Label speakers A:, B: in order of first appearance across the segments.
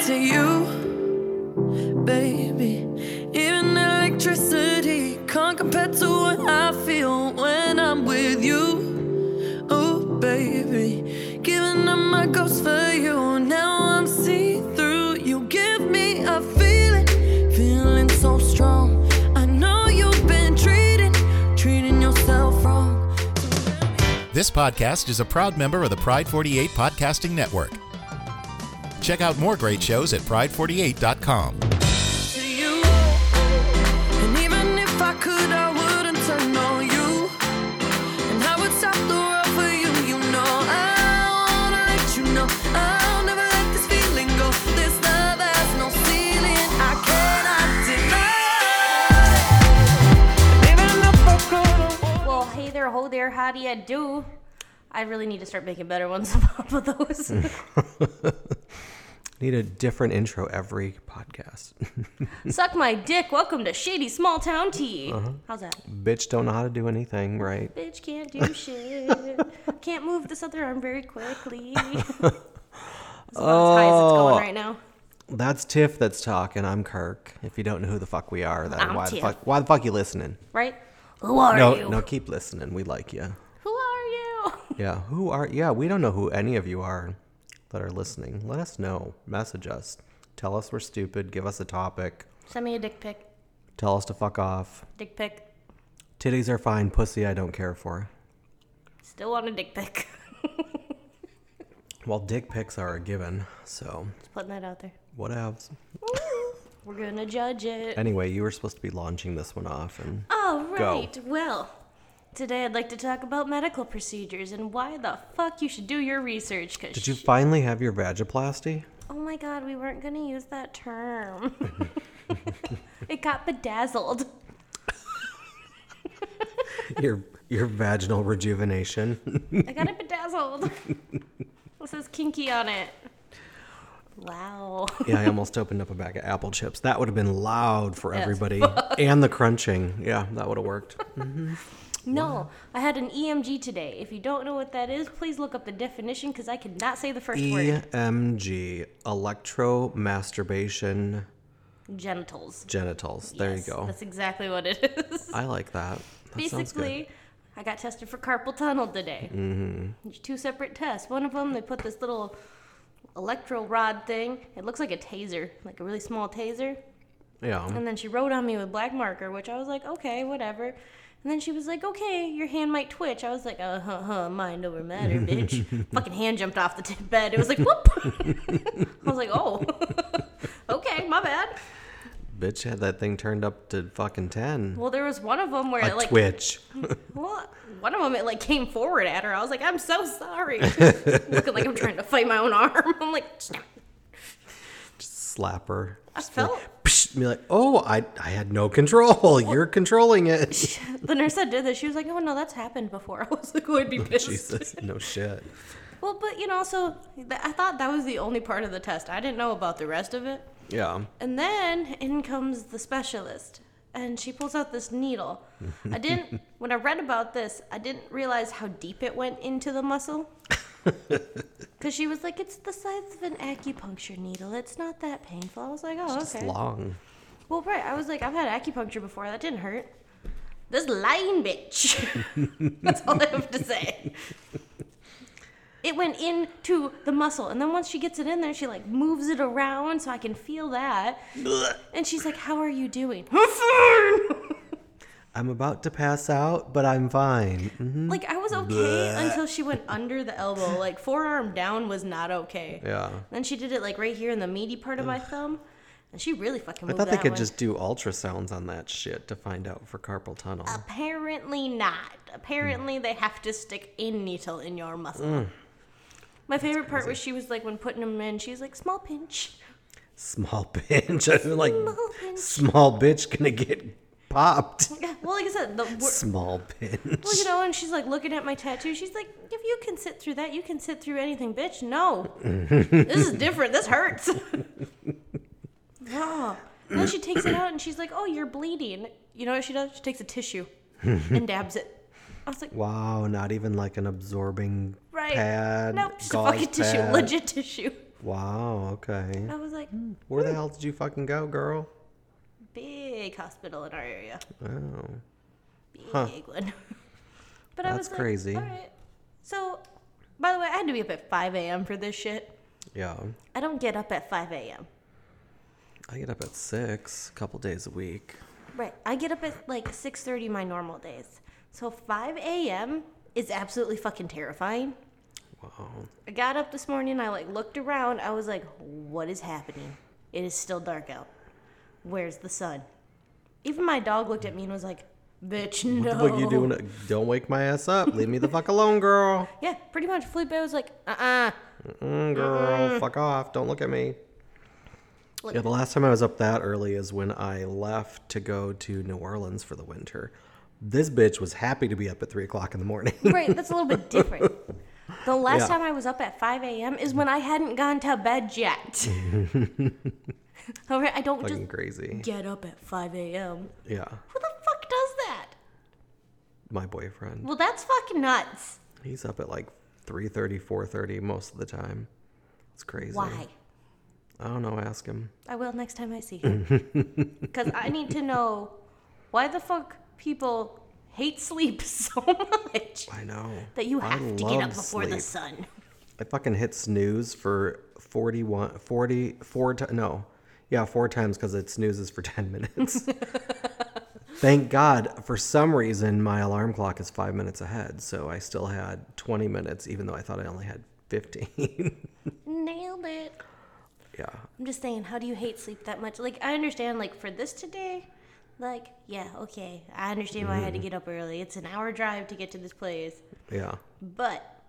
A: to you, baby. Even electricity can't compare to what I feel when I'm with you. Ooh, baby. Giving up my ghost for you. Now I'm see through. You give me a feeling, feeling so strong. I know you've been treating, treating yourself wrong.
B: This podcast is a proud member of the Pride 48 Podcasting Network. Check out more great shows at pride48.com.
A: to you. And even if I could, I wouldn't turn on you. And I would stop the world for you, you know. I wanna let you know. I'll never let this feeling go. This love has no ceiling. I cannot deny. Even if I could, I would.
C: Well, hey there, ho there, how do ya do? I really need to start making better ones on top of those.
D: Need a different intro every podcast.
C: Suck my dick. Welcome to Shady Small Town Tea.
D: Uh-huh.
C: How's that?
D: Bitch, don't know how to do anything right.
C: Bitch can't do shit. can't move this other arm very quickly. That's about as high as it's
D: Oh.
C: going right now.
D: That's Tiff that's talking. I'm Kirk. If you don't know who the fuck we are, then
C: I'm
D: why the
C: Tiff.
D: fuck why the fuck you listening?
C: Right? Who are
D: no,
C: you?
D: no, keep listening. We like you.
C: Who are you?
D: Yeah, who are? Yeah, we don't know who any of you are that are listening. Let us know. Message us. Tell us we're stupid. Give us a topic.
C: Send me a dick pic.
D: Tell us to fuck off.
C: Dick pic.
D: Titties are fine. Pussy, I don't care for.
C: Still want a dick pic.
D: Well, dick pics are a given, so
C: Just putting that out there.
D: whatevs.
C: We're gonna judge it.
D: Anyway, you were supposed to be launching this one off, and
C: All
D: Go.
C: right. Well, today I'd like to talk about medical procedures and why the fuck you should do your research. Cause
D: did you
C: sh-
D: finally have your vagiplasty?
C: oh my god, we weren't gonna use that term. it got bedazzled.
D: Your your vaginal rejuvenation.
C: I got it bedazzled. it says kinky on it. Wow.
D: yeah, I almost opened up a bag of apple chips. That would have been loud for everybody, and the crunching. Yeah, that would have worked.
C: No, I had an EMG today. If you don't know what that is, please look up the definition because I could not say the first
D: E
C: word.
D: EMG, electro masturbation
C: Genitals.
D: genitals. E There
C: Yes,
D: you go.
C: That's exactly what it is.
D: I like that. That sounds good.
C: basically i got tested for carpal tunnel today
D: Mm-hmm.
C: There's two separate tests one of them they put this little electro rod thing it looks like a taser like a really small taser
D: Yeah. um,
C: and then she wrote on me with black marker which i was like okay whatever and then she was like okay your hand might twitch i was like uh huh huh mind over matter bitch fucking hand jumped off the t- bed it was like whoop i was like oh okay my bad
D: Bitch had that thing turned up to fucking ten.
C: well there was one of them where
D: A
C: it like
D: twitch.
C: Well, one of them it like came forward at her. I was like, I'm so sorry. Looking like I'm trying to fight my own arm. I'm like, "Snap."
D: Slapper.
C: I felt.
D: Psh, be like, oh, I, I had no control. You're controlling it.
C: The nurse that did this, she was like, Oh no, that's happened before. I was like, oh, I'd be pissed.
D: Jesus, no shit.
C: Well, but you know, so th- I thought that was the only part of the test. I didn't know about the rest of it.
D: Yeah.
C: And then in comes the specialist, and she pulls out this needle. I didn't, when I read about this, I didn't realize how deep it went into the muscle. Because she was like, it's the size of an acupuncture needle. It's not that painful. I was like, oh,
D: It's
C: okay.
D: long.
C: Well, right. I was like, I've had acupuncture before. That didn't hurt. This lying bitch. That's all I have to say. It went into the muscle, and then once she gets it in there, she like moves it around so I can feel that. And she's like, "How are you doing?" I'm fine.
D: I'm about to pass out, but I'm fine. Mhm.
C: like I was okay until she went under the elbow. Like forearm down was not okay.
D: Yeah.
C: Then she did it like right here in the meaty part of my thumb, and she really fucking.
D: I
C: Moved
D: thought they
C: that
D: could
C: one.
D: just do ultrasounds on that shit to find out for carpal tunnel.
C: Uh, Apparently not. Apparently they have to stick a needle in your muscle.
D: Mm.
C: My favorite part was she was like when putting them in, she's like small pinch.
D: Small bitch. I feel like
C: Small bitch.
D: small bitch gonna get popped.
C: Yeah, well, like I said, the wor-
D: Small bitch.
C: well, you know, and she's like looking at my tattoo. She's like, if you can sit through that, you can sit through anything, bitch. No, this is different. This hurts. oh. And then she takes it out and she's like, oh, you're bleeding. You know what she does? She takes a tissue and dabs it. I was like,
D: Wow, not even like an absorbing
C: right?
D: pad.
C: nope, just a
D: gauze
C: fucking tissue,
D: pad.
C: legit tissue.
D: Wow, okay.
C: I was like,
D: Where the hell did you fucking go, girl?
C: big hospital in our area.
D: Oh.
C: Big one. but I
D: That's
C: was like,
D: crazy.
C: All right. So, by the way, I had to be up at 5 a.m. for this shit.
D: Yeah.
C: I don't get up at 5 a.m.
D: I get up at six a couple days a week.
C: Right. I get up at like 6:30 my normal days. So 5 a.m. is absolutely fucking terrifying.
D: Wow.
C: I got up this morning. I like looked around. I was like, "What is happening? It is still dark out. Where's the sun?" Even my dog looked at me and was like, "Bitch, no."
D: What you doing? Don't wake my ass up. Leave me the fuck alone, girl.
C: Yeah, pretty much. Felipe was like, "Uh-uh."
D: Mm, girl, fuck off. Don't look at me.
C: Mm-hmm. Look.
D: Yeah, the last time I was up that early is when I left to go to New Orleans for the winter. This bitch was happy to be up at three o'clock in the morning.
C: Right. That's a little bit different. The last
D: Yeah.
C: time I was up at 5 a.m. is when I hadn't gone to bed yet. All right. I don't just
D: Fucking crazy.
C: get up at 5 a.m.
D: Yeah,
C: Who the fuck does that?
D: my boyfriend.
C: Well, that's fucking nuts.
D: He's up at like 3.30, 4.30 most of the time. It's crazy.
C: Why?
D: I don't know. Ask him.
C: I will next time I see him. Because I need to know why the fuck people hate sleep so much
D: I know.
C: that you
D: I
C: have to get up
D: love
C: before the
D: sleep.
C: sun.
D: I fucking hit snooze for 41, 44 ti no, yeah, four times because it snoozes for 10 minutes. Thank God, for some reason, my alarm clock is five minutes ahead. So I still had 20 minutes, even though I thought I only had 15.
C: Nailed it.
D: yeah.
C: I'm just saying, how do you hate sleep that much? Like, I understand, like, for this today, like, yeah, okay. I understand why I had to get up early. It's an hour drive to get to this place.
D: Yeah.
C: But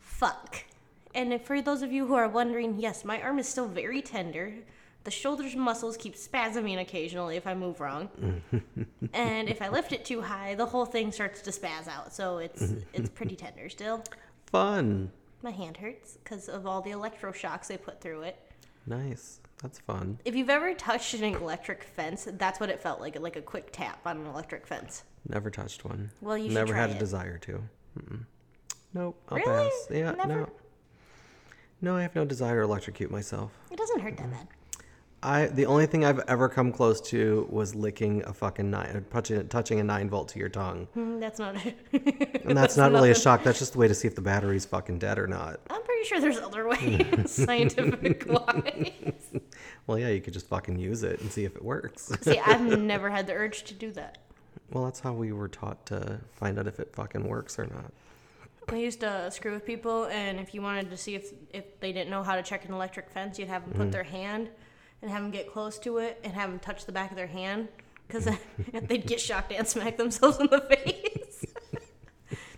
C: fuck. And if- for those of you who are wondering, yes, my arm is still very tender. The shoulders muscles keep spasming occasionally if I move wrong. and if I lift it too high, the whole thing starts to spaz out. So it's it's pretty tender still.
D: Fun.
C: My hand hurts because of all the electroshocks they put through it.
D: Nice. That's fun.
C: If you've ever touched an electric fence, that's what it felt like, like a quick tap on an electric fence.
D: Never touched one.
C: Well, you should
D: Never
C: try
D: had a
C: it.
D: desire to. Mm-mm. Nope. I'll
C: Really?
D: pass. Yeah,
C: Never?
D: no. No, I have no desire to electrocute myself.
C: It doesn't hurt that bad.
D: I the only thing I've ever come close to was licking a fucking nine, or touching touching a nine volt to your tongue,
C: Mm, That's not.
D: and that's, not really a shock. That's just the way to see if the battery's fucking dead or not.
C: I'm pretty sure there's other ways, scientific wise.
D: Well, yeah, you could just fucking use it and see if it works.
C: See, I've never had the urge to do that.
D: well, that's how we were taught to find out if it fucking works or not.
C: I used to screw with people, and if you wanted to see if if they didn't know how to check an electric fence, you'd have them put their hand and have them get close to it and have them touch the back of their hand because they'd get shocked and smack themselves in the face.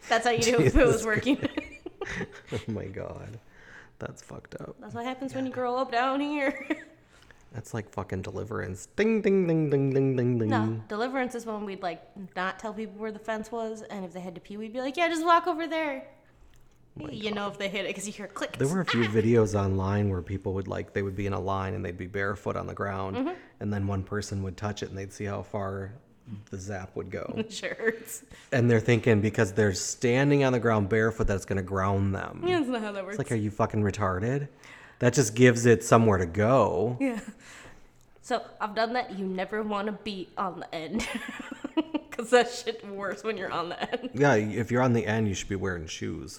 C: That's how you knew if it was
D: Jesus
C: working.
D: Oh my god, that's fucked up.
C: That's what happens when you grow up down here.
D: That's like fucking deliverance. Ding ding ding ding ding ding ding.
C: No, deliverance is when we'd like not tell people where the fence was, and if they had to pee, we'd be like, "Yeah, just walk over there." you know, if they hit it, because you hear clicks.
D: Oh There were a few videos online where people would like they would be in a line and they'd be barefoot on the ground, and then one person would touch it and they'd see how far the zap would go.
C: Sure, it's,
D: and they're thinking because they're standing on the ground barefoot that it's going to ground them.
C: that's not how that works.
D: It's like, are you fucking retarded? That just gives it somewhere to go.
C: yeah. So I've done that. You never want to be on the end, because that shit worse when you're on the end.
D: Yeah, if you're on the end, you should be wearing shoes,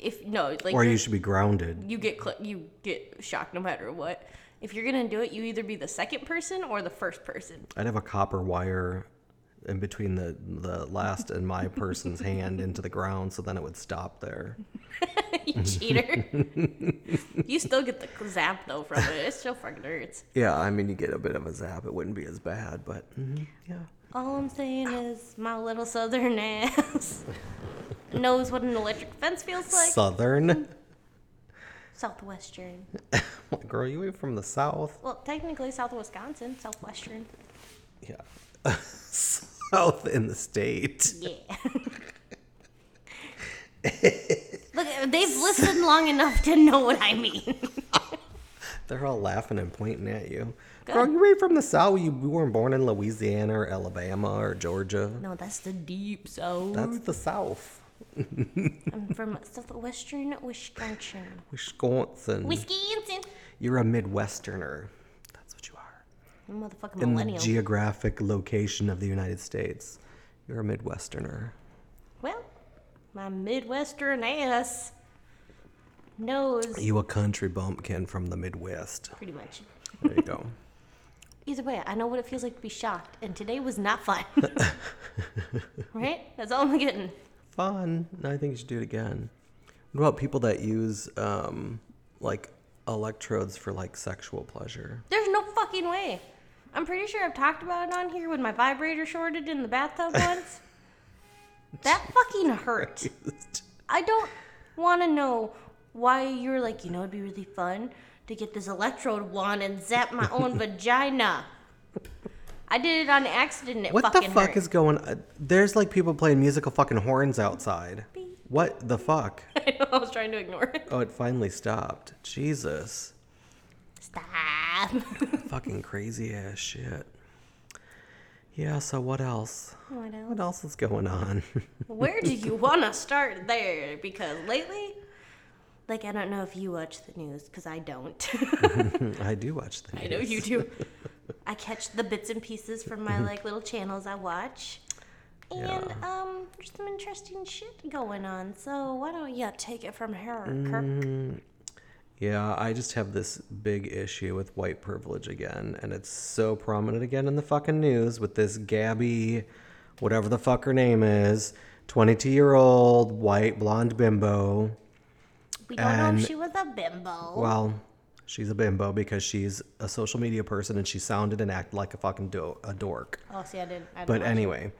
C: If no, like
D: or
C: you're-
D: you should be grounded.
C: you get cli you get shocked no matter what. If you're gonna do it, you either be the second person or the first person.
D: I'd have a copper wire in between the the last and my person's hand into the ground, so then it would stop there.
C: you cheater. you still get the zap though from it. It still fucking hurts.
D: Yeah, I mean, you get a bit of a zap. It wouldn't be as bad, but mhm, yeah.
C: All I'm saying is my little southern ass knows what an electric fence feels like. mm.
D: Southern,
C: Southwestern.
D: girl, you ain't from the south.
C: Well, technically South Wisconsin, Southwestern.
D: Yeah. South in the state.
C: Yeah. Look, they've listened long enough to know what I mean.
D: They're all laughing and pointing at you.
C: Good.
D: Girl, you ain't from the South. You you weren't born in Louisiana or Alabama or Georgia.
C: No, that's the deep south.
D: That's the South.
C: I'm from southwestern Wisconsin.
D: Wisconsin.
C: Wisconsin.
D: You're a Midwesterner. That's what you are.
C: I'm a motherfucking
D: In the
C: millennial.
D: geographic location of the United States, you're a Midwesterner.
C: well, my Midwestern ass knows
D: You a country bumpkin from the Midwest.
C: pretty much.
D: There you go.
C: Either way, I know what it feels like to be shocked, and today was not fun. right? That's all I'm getting.
D: Fun. I think you should do it again. What about people that use um, like electrodes for like sexual pleasure?
C: There's no fucking way. I'm pretty sure I've talked about it on here when my vibrator shorted in the bathtub once. that fucking hurt. I don't want to know why you're like, you know, it'd be really fun to get this electrode wand and zap my own vagina. I did it on accident. It
D: What the
C: fucking
D: fuck
C: hurt.
D: is going on? There's like people playing musical fucking horns outside. What the fuck?
C: I know. I was trying to ignore it.
D: Oh, it finally stopped. Jesus.
C: Stop.
D: Fucking crazy ass shit. Yeah, so what else?
C: What else?
D: What else is going on?
C: Where do you want to start there? Because lately, like, I don't know if you watch the news, because I don't.
D: I do watch the news.
C: I know you do. I catch the bits and pieces from my, like, little channels I watch. And, um, there's some interesting shit going on. So why don't you take it from here, Kirk?
D: Yeah, I just have this big issue with white privilege again, and it's so prominent again in the fucking news with this Gabby, whatever the fuck her name is, 22 year old white blonde bimbo.
C: We don't know
D: And-
C: if she was a bimbo.
D: Well, she's a bimbo because she's a social media person and she sounded and acted like a fucking do- a dork.
C: oh, see, I didn't. I didn't
D: But
C: watch it.
D: anyway,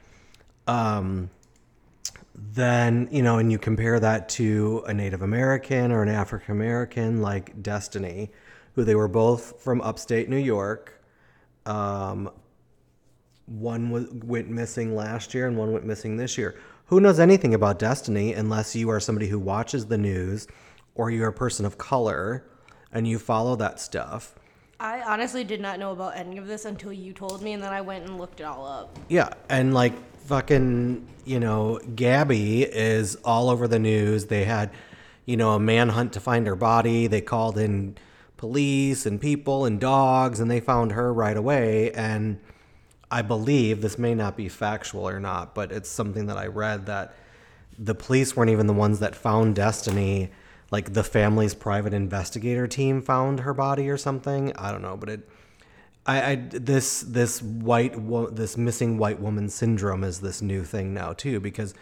D: um, then you know, and you compare that to a Native American or an African American like Destiny, who they were both from upstate New York. Um, one was, went missing last year and one went missing this year. Who knows anything about Destiny unless you are somebody who watches the news or you're a person of color and you follow that stuff.
C: I honestly did not know about any of this until you told me, and then I went and looked it all up.
D: Yeah, and like fucking, you know, Gabby is all over the news. They had, you know, a manhunt to find her body. They called in police and people and dogs, and they found her right away. And I believe this may not be factual or not, but it's something that I read that the police weren't even the ones that found Destiny. Like the family's private investigator team found her body or something. I don't know, but it I, I this this white wo- this missing white woman syndrome is this new thing now too because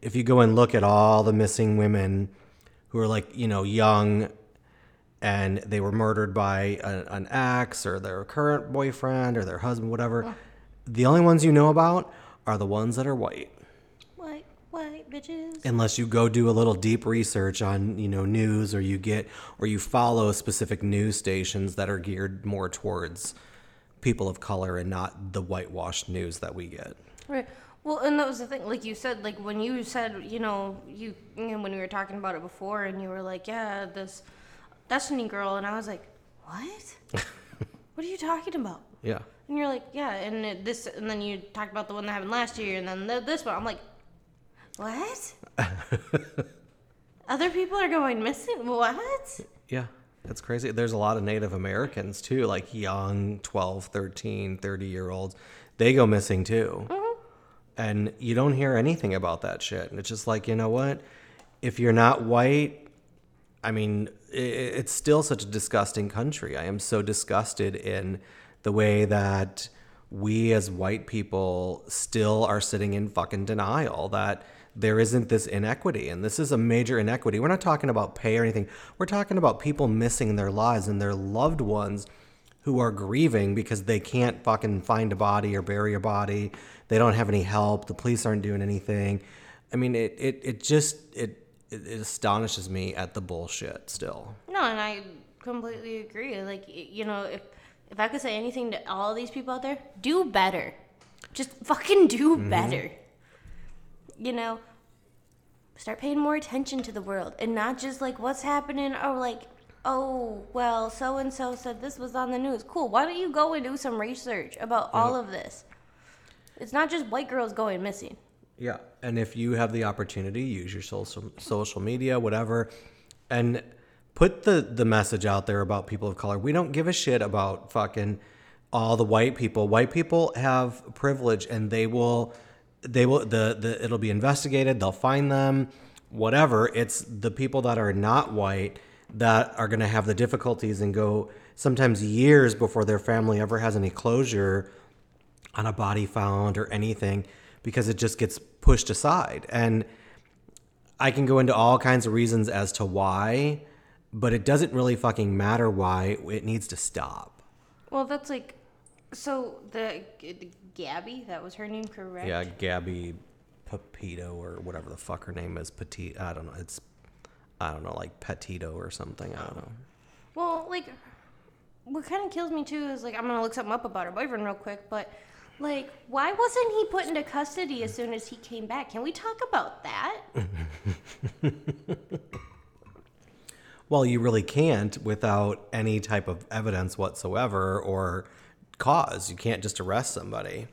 D: if you go and look at all the missing women who are like you know young and they were murdered by a, an ex or their current boyfriend or their husband whatever the only ones you know about are the ones that are white
C: White, white bitches.
D: unless you go do a little deep research on you know news or you get or you follow specific news stations that are geared more towards people of color and not the whitewashed news that we get
C: Right. Well, and that was the thing. Like you said, like when you said, you know, you, you know, when we were talking about it before, and you were like, yeah, this Destiny girl, and I was like, what? what are you talking about?
D: yeah
C: And you're like, yeah, and it, this, and then you talked about the one that happened last year, and then th this one. I'm like, what? Other people are going missing. What?
D: yeah that's crazy there's a lot of native americans too like young 12 13 30 year olds they go missing too and you don't hear anything about that shit and it's just like you know what if you're not white I mean, i- i- it's still such a disgusting country. I am so disgusted in the way that we as white people still are sitting in fucking denial that there isn't this inequity. And this is a major inequity. We're not talking about pay or anything. We're talking about people missing their lives and their loved ones who are grieving because they can't fucking find a body or bury a body. They don't have any help. The police aren't doing anything. I mean, it, it, it just, it, it, it astonishes me at the bullshit still.
C: No, and I completely agree. Like, y- you know, if if I could say anything to all these people out there, do better. Just fucking do better. You know, start paying more attention to the world and not just like what's happening or like, oh, well, so and so said this was on the news. Cool. Why don't you go and do some research about all of this? It's not just white girls going missing.
D: Yeah. And if you have the opportunity, use your social social media, whatever, and put the the message out there about people of color. We don't give a shit about fucking all the white people. White people have privilege and they will they will the, the it'll be investigated, they'll find them, whatever. It's the people that are not white that are going to have the difficulties and go sometimes years before their family ever has any closure on a body found or anything because it just gets pushed aside. And I can go into all kinds of reasons as to why, but it doesn't really fucking matter why. It needs to stop.
C: Well, that's like, so the G- Gabby, that was her name, correct?
D: Yeah, Gabby Papito or whatever the fuck her name is. Petit. I don't know. It's, I don't know, like Petito or something. I don't know.
C: Well, like, what kind of kills me too is like I'm gonna look something up about her boyfriend real quick, but like, why wasn't he put into custody as soon as he came back? Can we talk about that?
D: Well, you really can't without any type of evidence whatsoever or cause. You can't just arrest somebody.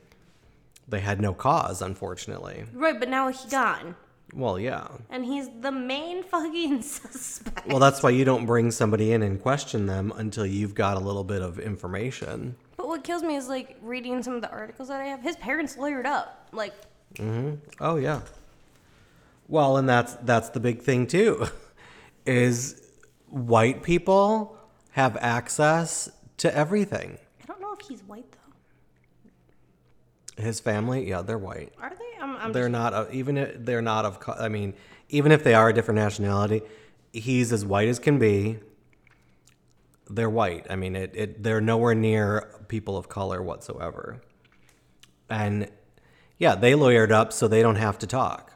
D: They had no cause, unfortunately.
C: right, but now he's gone,
D: Well, yeah.
C: and he's the main fucking suspect.
D: Well, that's why you don't bring somebody in and question them until you've got a little bit of information.
C: But what kills me is like reading some of the articles that I have. His parents lawyered up, like,
D: Oh yeah. Well, and that's that's the big thing too, is white people have access to everything.
C: I don't know if he's white though.
D: His family, yeah, they're white.
C: Are they? I'm, I'm
D: They're not of, even if they're not of. co- I mean, even if they are a different nationality, he's as white as can be. They're white. I mean, it, it they're nowhere near people of color whatsoever. And yeah, they lawyered up so they don't have to talk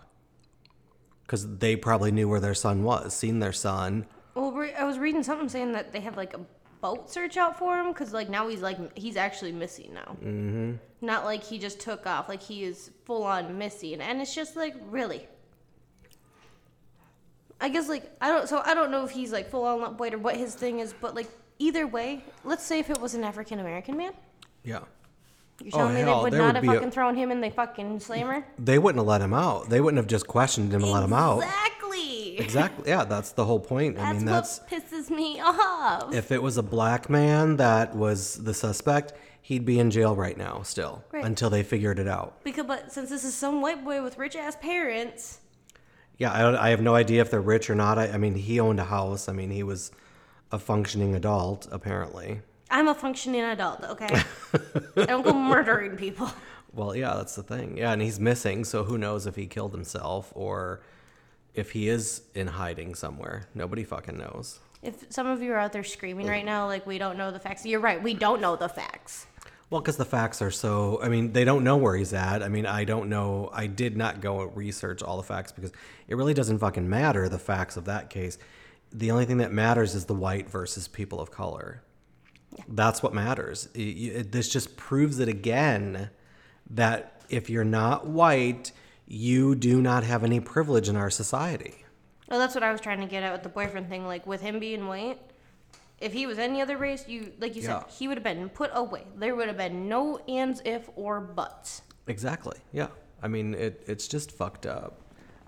D: because they probably knew where their son was, seen their son.
C: Well, re- I was reading something saying that they have like a boat search out for him because like now he's like m- he's actually missing now. Mm-hmm. Not like he just took off. Like he is full on missing, and it's just like really. I guess like I don't. So I don't know if he's like full on white or what his thing is, but like either way, let's say if it was an African American man,
D: Yeah,
C: you're
D: Oh,
C: telling me
D: hell,
C: they would
D: there
C: not
D: would
C: have
D: be a-
C: fucking thrown him in the fucking slammer.
D: they wouldn't have let him out. They wouldn't have just questioned him and let him out.
C: Exactly.
D: Exactly. Yeah, that's the whole point. I
C: That's
D: mean, that's
C: what pisses me off.
D: If it was a black man that was the suspect, he'd be in jail right now still
C: Right.
D: until they figured it out.
C: Because, but since this is some white boy with rich ass parents,
D: Yeah, I, don't, I have no idea if they're rich or not. I, I mean, he owned a house. I mean, he was a functioning adult, apparently.
C: I'm a functioning adult, okay? I don't go murdering people.
D: Well, yeah, that's the thing. Yeah, and he's missing, so who knows if he killed himself or if he is in hiding somewhere. Nobody fucking knows.
C: If some of you are out there screaming right now, like, we don't know the facts, you're right, we don't know the facts.
D: Well, because the facts are so. I mean, they don't know where he's at. I mean, I don't know. I did not go research all the facts because it really doesn't fucking matter the facts of that case. The only thing that matters is the white versus people of color. That's what matters. Y- y- it- this just proves it again that if you're not white, you do not have any privilege in our society.
C: Well, that's what I was trying to get at with the boyfriend thing. Like, with him being white, if he was any other race, you, like you
D: Yeah.
C: said, he would have been put away. There would have been no ands, if, or buts.
D: Exactly. Yeah. I mean, it, it's just fucked up.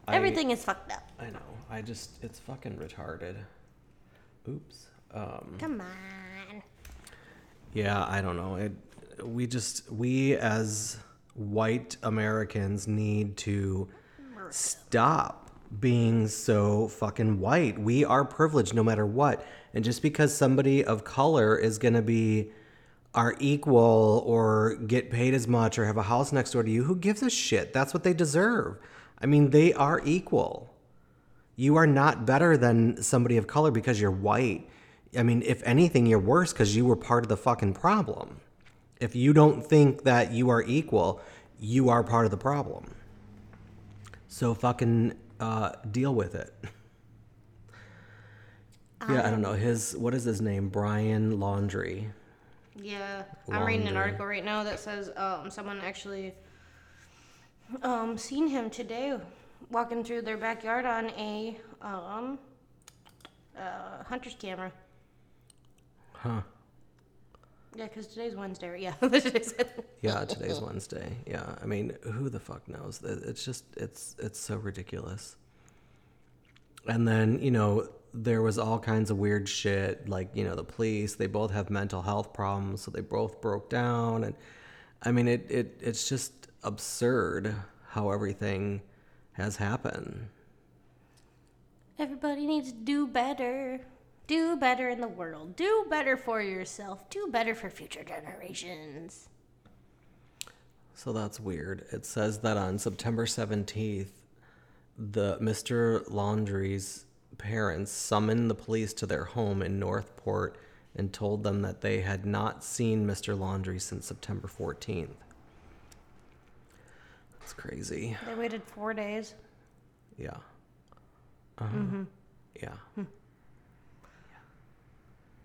D: I-
C: Everything is fucked up.
D: I know. I just it's fucking retarded. Oops. Um
C: Come on.
D: yeah, I don't know. It we just we as white Americans need to stop being so fucking white. We are privileged no matter what. And just because somebody of color is going to be our equal or get paid as much or have a house next door to you, who gives a shit? That's what they deserve. I mean, they are equal you are not better than somebody of color because you're white. I mean, if anything, you're worse because you were part of the fucking problem. If you don't think that you are equal, you are part of the problem. So fucking uh, deal with it. Yeah, I don't know. His, what is his name? Brian Laundry.
C: Yeah, I'm reading an
D: Longer.
C: article right now that says um, someone actually um, seen him today walking through their backyard on a um, uh, hunter's camera. Huh. Yeah, because today's Wednesday. right? Yeah, today's Wednesday.
D: Yeah, today's Wednesday. Yeah, I mean, who the fuck knows? It- It's just it's it's so ridiculous. And then you know there was all kinds of weird shit like you know the police. They both have mental health problems, so they both broke down, and I mean it it it's just absurd how everything has happened.
C: Everybody needs to do better. Do better in the world. Do better for yourself. Do better for future generations.
D: So that's weird. It says that on September 17th, the Mr. Laundry's parents summoned the police to their home in Northport and told them that they had not seen Mr. Laundry since September 14th. It's crazy.
C: They waited four days.
D: Yeah. Uh-huh. Yeah. yeah.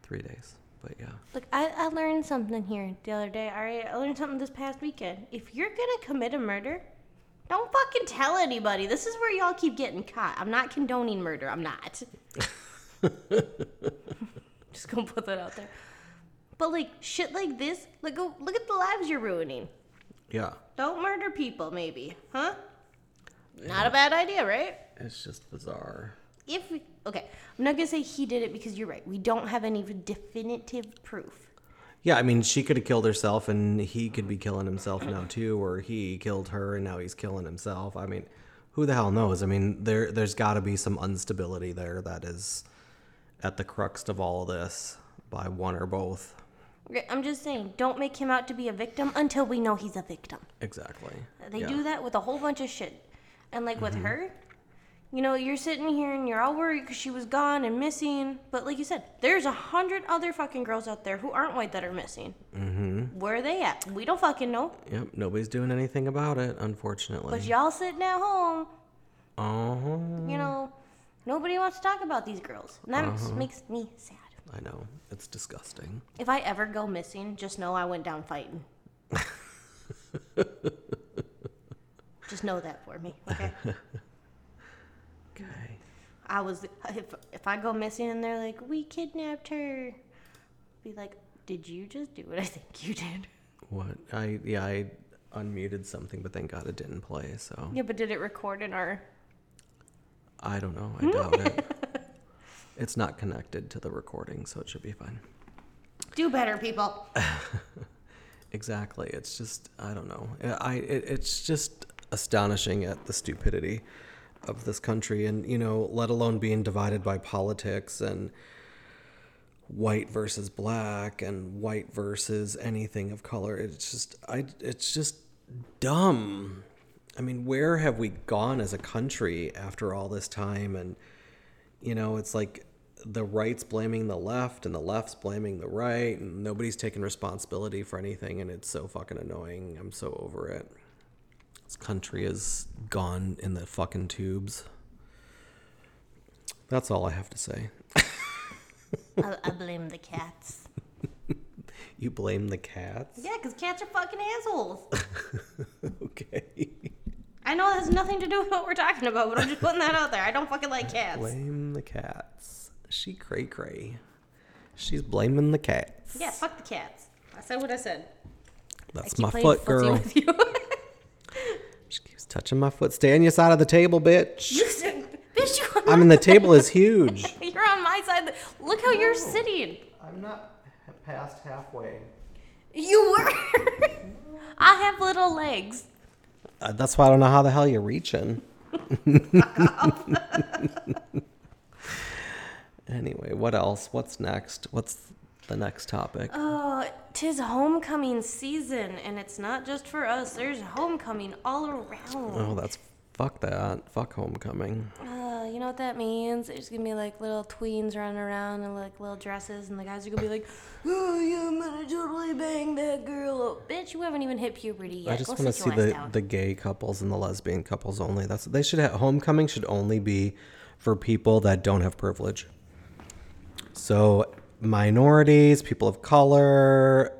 D: Three days. But yeah.
C: Look, I, I learned something here the other day. All right, I learned something this past weekend. If you're gonna commit a murder, don't fucking tell anybody. This is where y'all keep getting caught. I'm not condoning murder. I'm not. Just gonna put that out there. But like shit like this, like go look at the lives you're ruining.
D: Yeah.
C: Don't murder people, maybe, huh? Not a bad idea, right?
D: It's just bizarre.
C: If we, okay, I'm not gonna say he did it because you're right. We don't have any definitive proof.
D: Yeah, I mean, she could have killed herself, and he could be killing himself now too, or he killed her, and now he's killing himself. I mean, who the hell knows? I mean, there there's got to be some instability there that is at the crux of all this by one or both.
C: Okay, I'm just saying, don't make him out to be a victim until we know he's a victim.
D: Exactly.
C: They
D: Yeah.
C: do that with a whole bunch of shit. And like with her, you know, you're sitting here and you're all worried because she was gone and missing. But like you said, there's a hundred other fucking girls out there who aren't white that are missing. Mm-hmm. Where are they at? We don't fucking know.
D: Yep. Nobody's doing anything about it, unfortunately.
C: But y'all sitting at home,
D: uh-huh.
C: you know, nobody wants to talk about these girls. And that just makes me sad.
D: I know. It's disgusting.
C: If I ever go missing, just know I went down fighting. just know that for me, okay?
D: Okay.
C: I was if if I go missing and they're like, "We kidnapped her," be like, "Did you just do what I think you did?"
D: What? I yeah, I unmuted something, but thank God it didn't play. So
C: Yeah, but did it record in our?
D: I don't know. I doubt it. It's not connected to the recording, so it should be fine.
C: Do better, people.
D: Exactly. It's just I don't know. I it, it's just astonishing at the stupidity of this country, and you know, let alone being divided by politics and white versus black and white versus anything of color. It's just I it's just dumb. I mean, where have we gone as a country after all this time and you know, it's like the right's blaming the left and the left's blaming the right and nobody's taking responsibility for anything and it's so fucking annoying. I'm so over it. This country is gone in the fucking tubes. That's all I have to say.
C: I, I blame the cats.
D: You blame the cats?
C: Yeah, because cats are fucking assholes.
D: Okay.
C: I know that has nothing to do with what we're talking about, but I'm just putting that out there. I don't fucking like cats.
D: Blame the cats. She cray cray. She's blaming the cats.
C: Yeah, fuck the cats. I said what I said.
D: That's
C: Keep
D: my
C: playing
D: foot
C: footsie
D: girl.
C: with you.
D: She keeps touching my foot. Stay on your side of the table, bitch.
C: You said- Bitch, you.
D: I mean, the table is huge.
C: You're on my side. Look how you're sitting.
D: I'm not past halfway.
C: You were. I have little legs.
D: Uh, that's why I don't know how the hell you're reaching. anyway, what else? What's next? What's the next topic?
C: Oh, tis homecoming season, and it's not just for us. There's homecoming all around.
D: oh, that's fuck that. Fuck homecoming.
C: Uh, you know what that means? There's gonna be like little tweens running around in like little dresses, and the guys are gonna be like, "Oh yeah, I'm gonna totally bang that girl." Oh, bitch, you haven't even hit puberty yet.
D: I just
C: Go
D: want to
C: sit
D: see
C: your ass
D: the,
C: down.
D: the gay couples and the lesbian couples only. That's they should have homecoming should only be for people that don't have privilege. So minorities, people of color,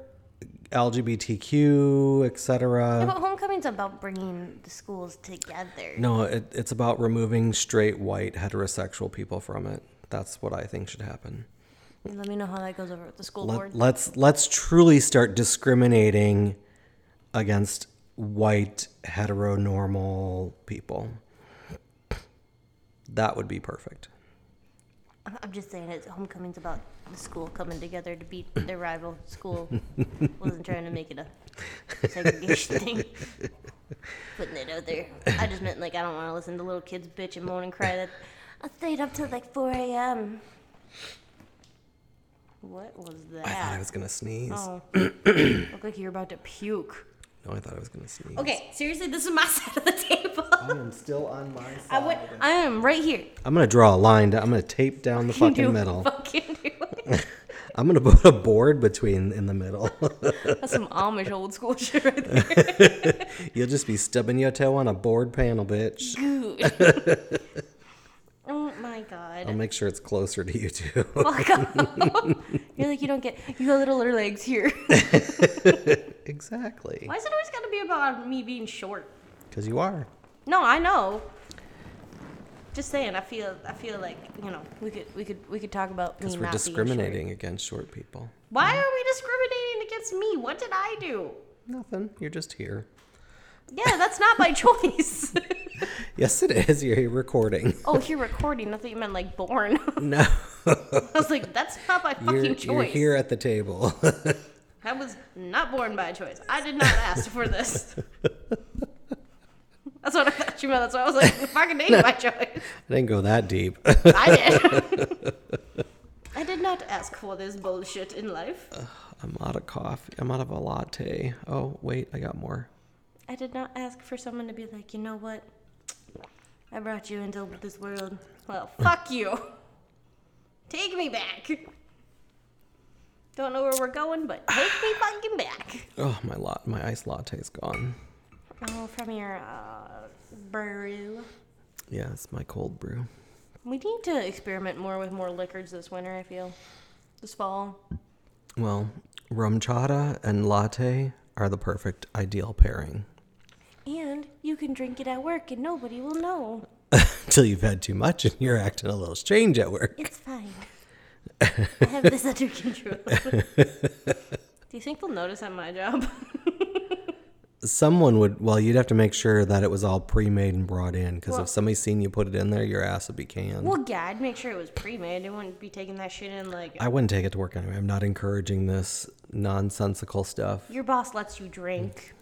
D: LGBTQ, etc.
C: Yeah, but homecoming's about bringing the schools together.
D: No, it, it's about removing straight white heterosexual people from it. That's what I think should happen.
C: You let me know how that goes over with the school board.
D: Let, let's let's truly start discriminating against white heteronormal people. That would be perfect.
C: I'm- I'm just saying, it's homecoming's about the school coming together to beat their rival school. Wasn't trying to make it a segregation thing. Putting it out there. I just meant like I don't want to listen to little kids bitch and moan and cry that I stayed up till like 4 a.m. What was that?
D: I thought I was gonna sneeze.
C: Oh, look like you're about to puke.
D: No, I thought I was gonna sneeze.
C: Okay, seriously, this is my side of the table.
D: I am still on my side.
C: I, went, I am right here.
D: I'm gonna draw a line. To, I'm gonna tape down the
C: You
D: fucking
C: do
D: middle.
C: Fucking do it.
D: I'm gonna put a board between in the middle.
C: That's some Amish old school shit right there.
D: You'll just be stubbing your toe on a board panel, bitch.
C: oh my
D: I'll
C: god.
D: make sure it's closer to you too.
C: Fuck off. You're like, you don't get, you got littler legs here.
D: exactly.
C: Why is it always gotta be about me being short?
D: Because you are.
C: No, I know. Just saying, I feel, I feel like, you know, we could, we could, we could talk about me
D: Because we're
C: not being short.
D: discriminating against short people.
C: Why are we discriminating against me? What did I do?
D: Nothing. You're just here.
C: Yeah, that's not my choice.
D: Yes, it is. You're here recording.
C: oh, you're recording. I thought you meant like born.
D: No,
C: I was like, that's not my fucking
D: you're,
C: choice.
D: you're here at the table.
C: I was not born by choice. I did not ask for this. That's what I thought you meant. That's why I was like, fucking name by choice.
D: I didn't go that deep.
C: I did. I did not ask for this bullshit in life.
D: I'm out of coffee. I'm out of a latte. Oh, wait, I got more.
C: I did not ask for someone to be like, you know what? I brought you into this world. Well, fuck you. Take me back. Don't know where we're going, but take me fucking back.
D: Oh, my lot. My iced latte's gone.
C: Oh, from your uh, brew.
D: Yeah, it's my cold brew.
C: We need to experiment more with more liquors this winter, I feel. This fall.
D: Well, rum chata and latte are the perfect ideal pairing.
C: And you can drink it at work and nobody will know.
D: Until you've had too much and you're acting a little strange at work.
C: It's fine. I have this under control. Do you think they'll notice at my job?
D: Someone would. Well, you'd have to make sure that it was all pre-made and brought in. Because if somebody's seen you put it in there, your ass would be canned.
C: well, yeah, I'd make sure it was pre made. I wouldn't be taking that shit in like.
D: I wouldn't take it to work anyway. I'm not encouraging this nonsensical stuff.
C: your boss lets you drink.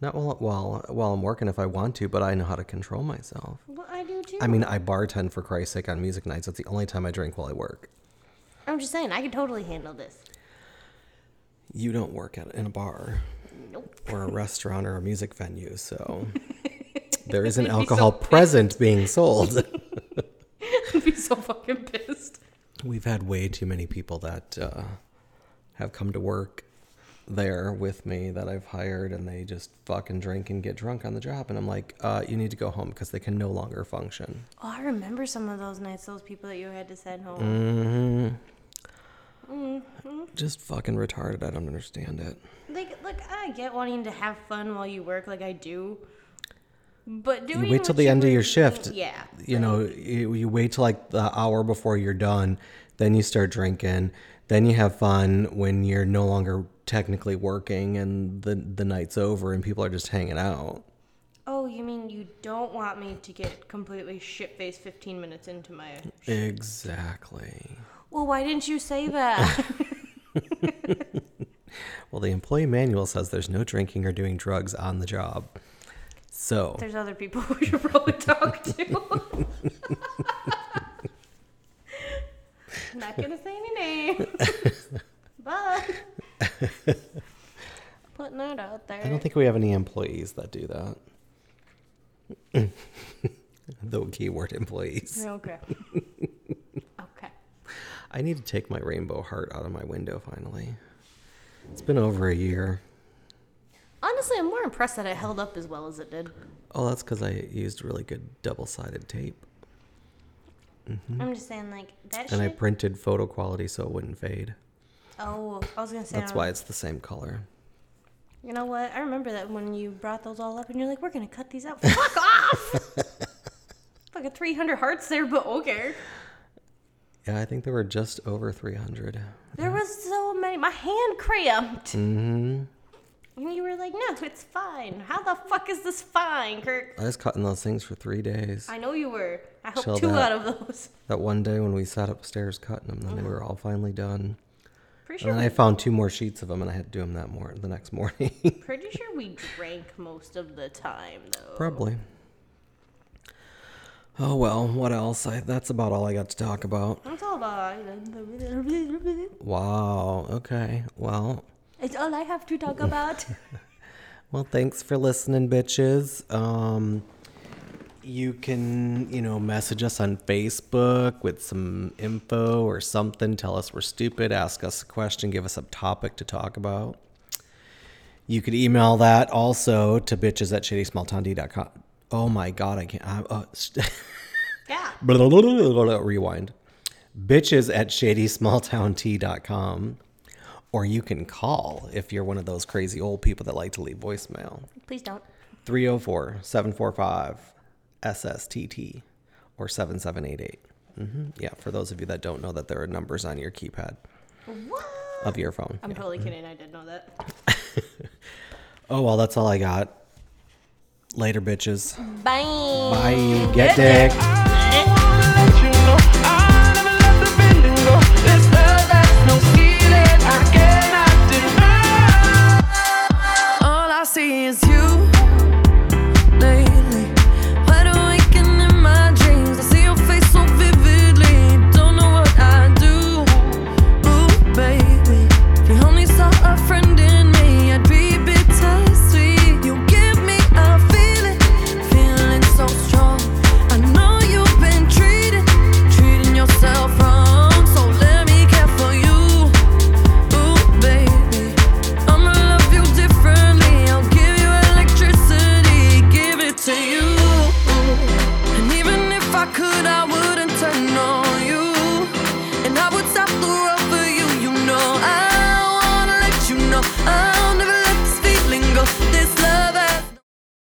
D: Not while while while I'm working if I want to, but I know how to control myself.
C: Well, I do too.
D: I mean, I bartend for Christ's sake on music nights. That's the only time I drink while I work.
C: I'm just saying, I could totally handle this.
D: You don't work at in a bar
C: Nope.
D: or a restaurant or a music venue, so there isn't alcohol present being sold.
C: I'd be so fucking pissed.
D: We've had way too many people that uh, have come to work there with me that I've hired, and they just fucking drink and get drunk on the job. And I'm like, uh, you need to go home because they can no longer function.
C: Oh, I remember some of those nights, those people that you had to send home.
D: Just fucking retarded. I don't understand it.
C: Like, look, I get wanting to have fun while you work, like I do. But do
D: You wait till the end of your shift.
C: Yeah.
D: You know, you, you wait till like the hour before you're done, then you start drinking, then you have fun when you're no longer technically working and the the night's over and people are just hanging out.
C: Oh, you mean you don't want me to get completely shit faced 15 minutes into my.
D: Exactly.
C: Well, why didn't you say that?
D: Well, the employee manual says there's no drinking or doing drugs on the job. So,
C: There's other people we should probably talk to. Not gonna say any names. but. Putting that out there.
D: I don't think we have any employees that do that. the keyword employees.
C: Okay. okay.
D: I need to take my rainbow heart out of my window finally. It's been over a year.
C: Honestly, I'm more impressed that it held up as well as it did.
D: Oh, that's because I used really good double sided tape
C: I'm just saying, like that
D: Mm-hmm. and I
C: shit.
D: printed photo quality so it wouldn't fade.
C: oh, I was gonna say.
D: That's
C: um,
D: why it's the same color.
C: You know what? I remember that when you brought those all up, and you're like, "We're gonna cut these out." Fuck off! Fucking 300 hearts there, but okay.
D: Yeah, I think they were just over 300.
C: There was so many. My hand cramped.
D: Mm. Mm-hmm.
C: And you were like, no, it's fine. How the fuck is this fine, Kirk?
D: I was caught in those things for three days.
C: I know you were. I hope
D: Chill
C: two out
D: out.
C: of those.
D: That one day when we sat upstairs cutting them, then they were all finally done.
C: Pretty
D: And
C: sure,
D: then I found two more sheets of them, and I had to do them that mor- the next morning.
C: pretty sure we drank most of the time, though.
D: Probably. Oh well, what else? I, that's about all I got to talk about.
C: That's all about.
D: Wow. Okay. Well.
C: It's all I have to talk about.
D: Well, thanks for listening, bitches. Um, you can, you know, message us on Facebook with some info or something. Tell us we're stupid. Ask us a question. Give us a topic to talk about. You could email that also to bitches at shadysmalltownD.com. Oh my God, I can't. I, uh,
C: yeah.
D: rewind. Bitches at shadysmalltowntea.com. Or you can call if you're one of those crazy old people that like to leave voicemail.
C: Please don't.
D: 304 745 SSTT or 7788. hmm Yeah, for those of you that don't know that there are numbers on your keypad
C: What?
D: of your phone.
C: I'm totally kidding. I did know that.
D: Oh, well, that's all I got. Later, bitches.
C: Bye.
D: Bye. Get dick.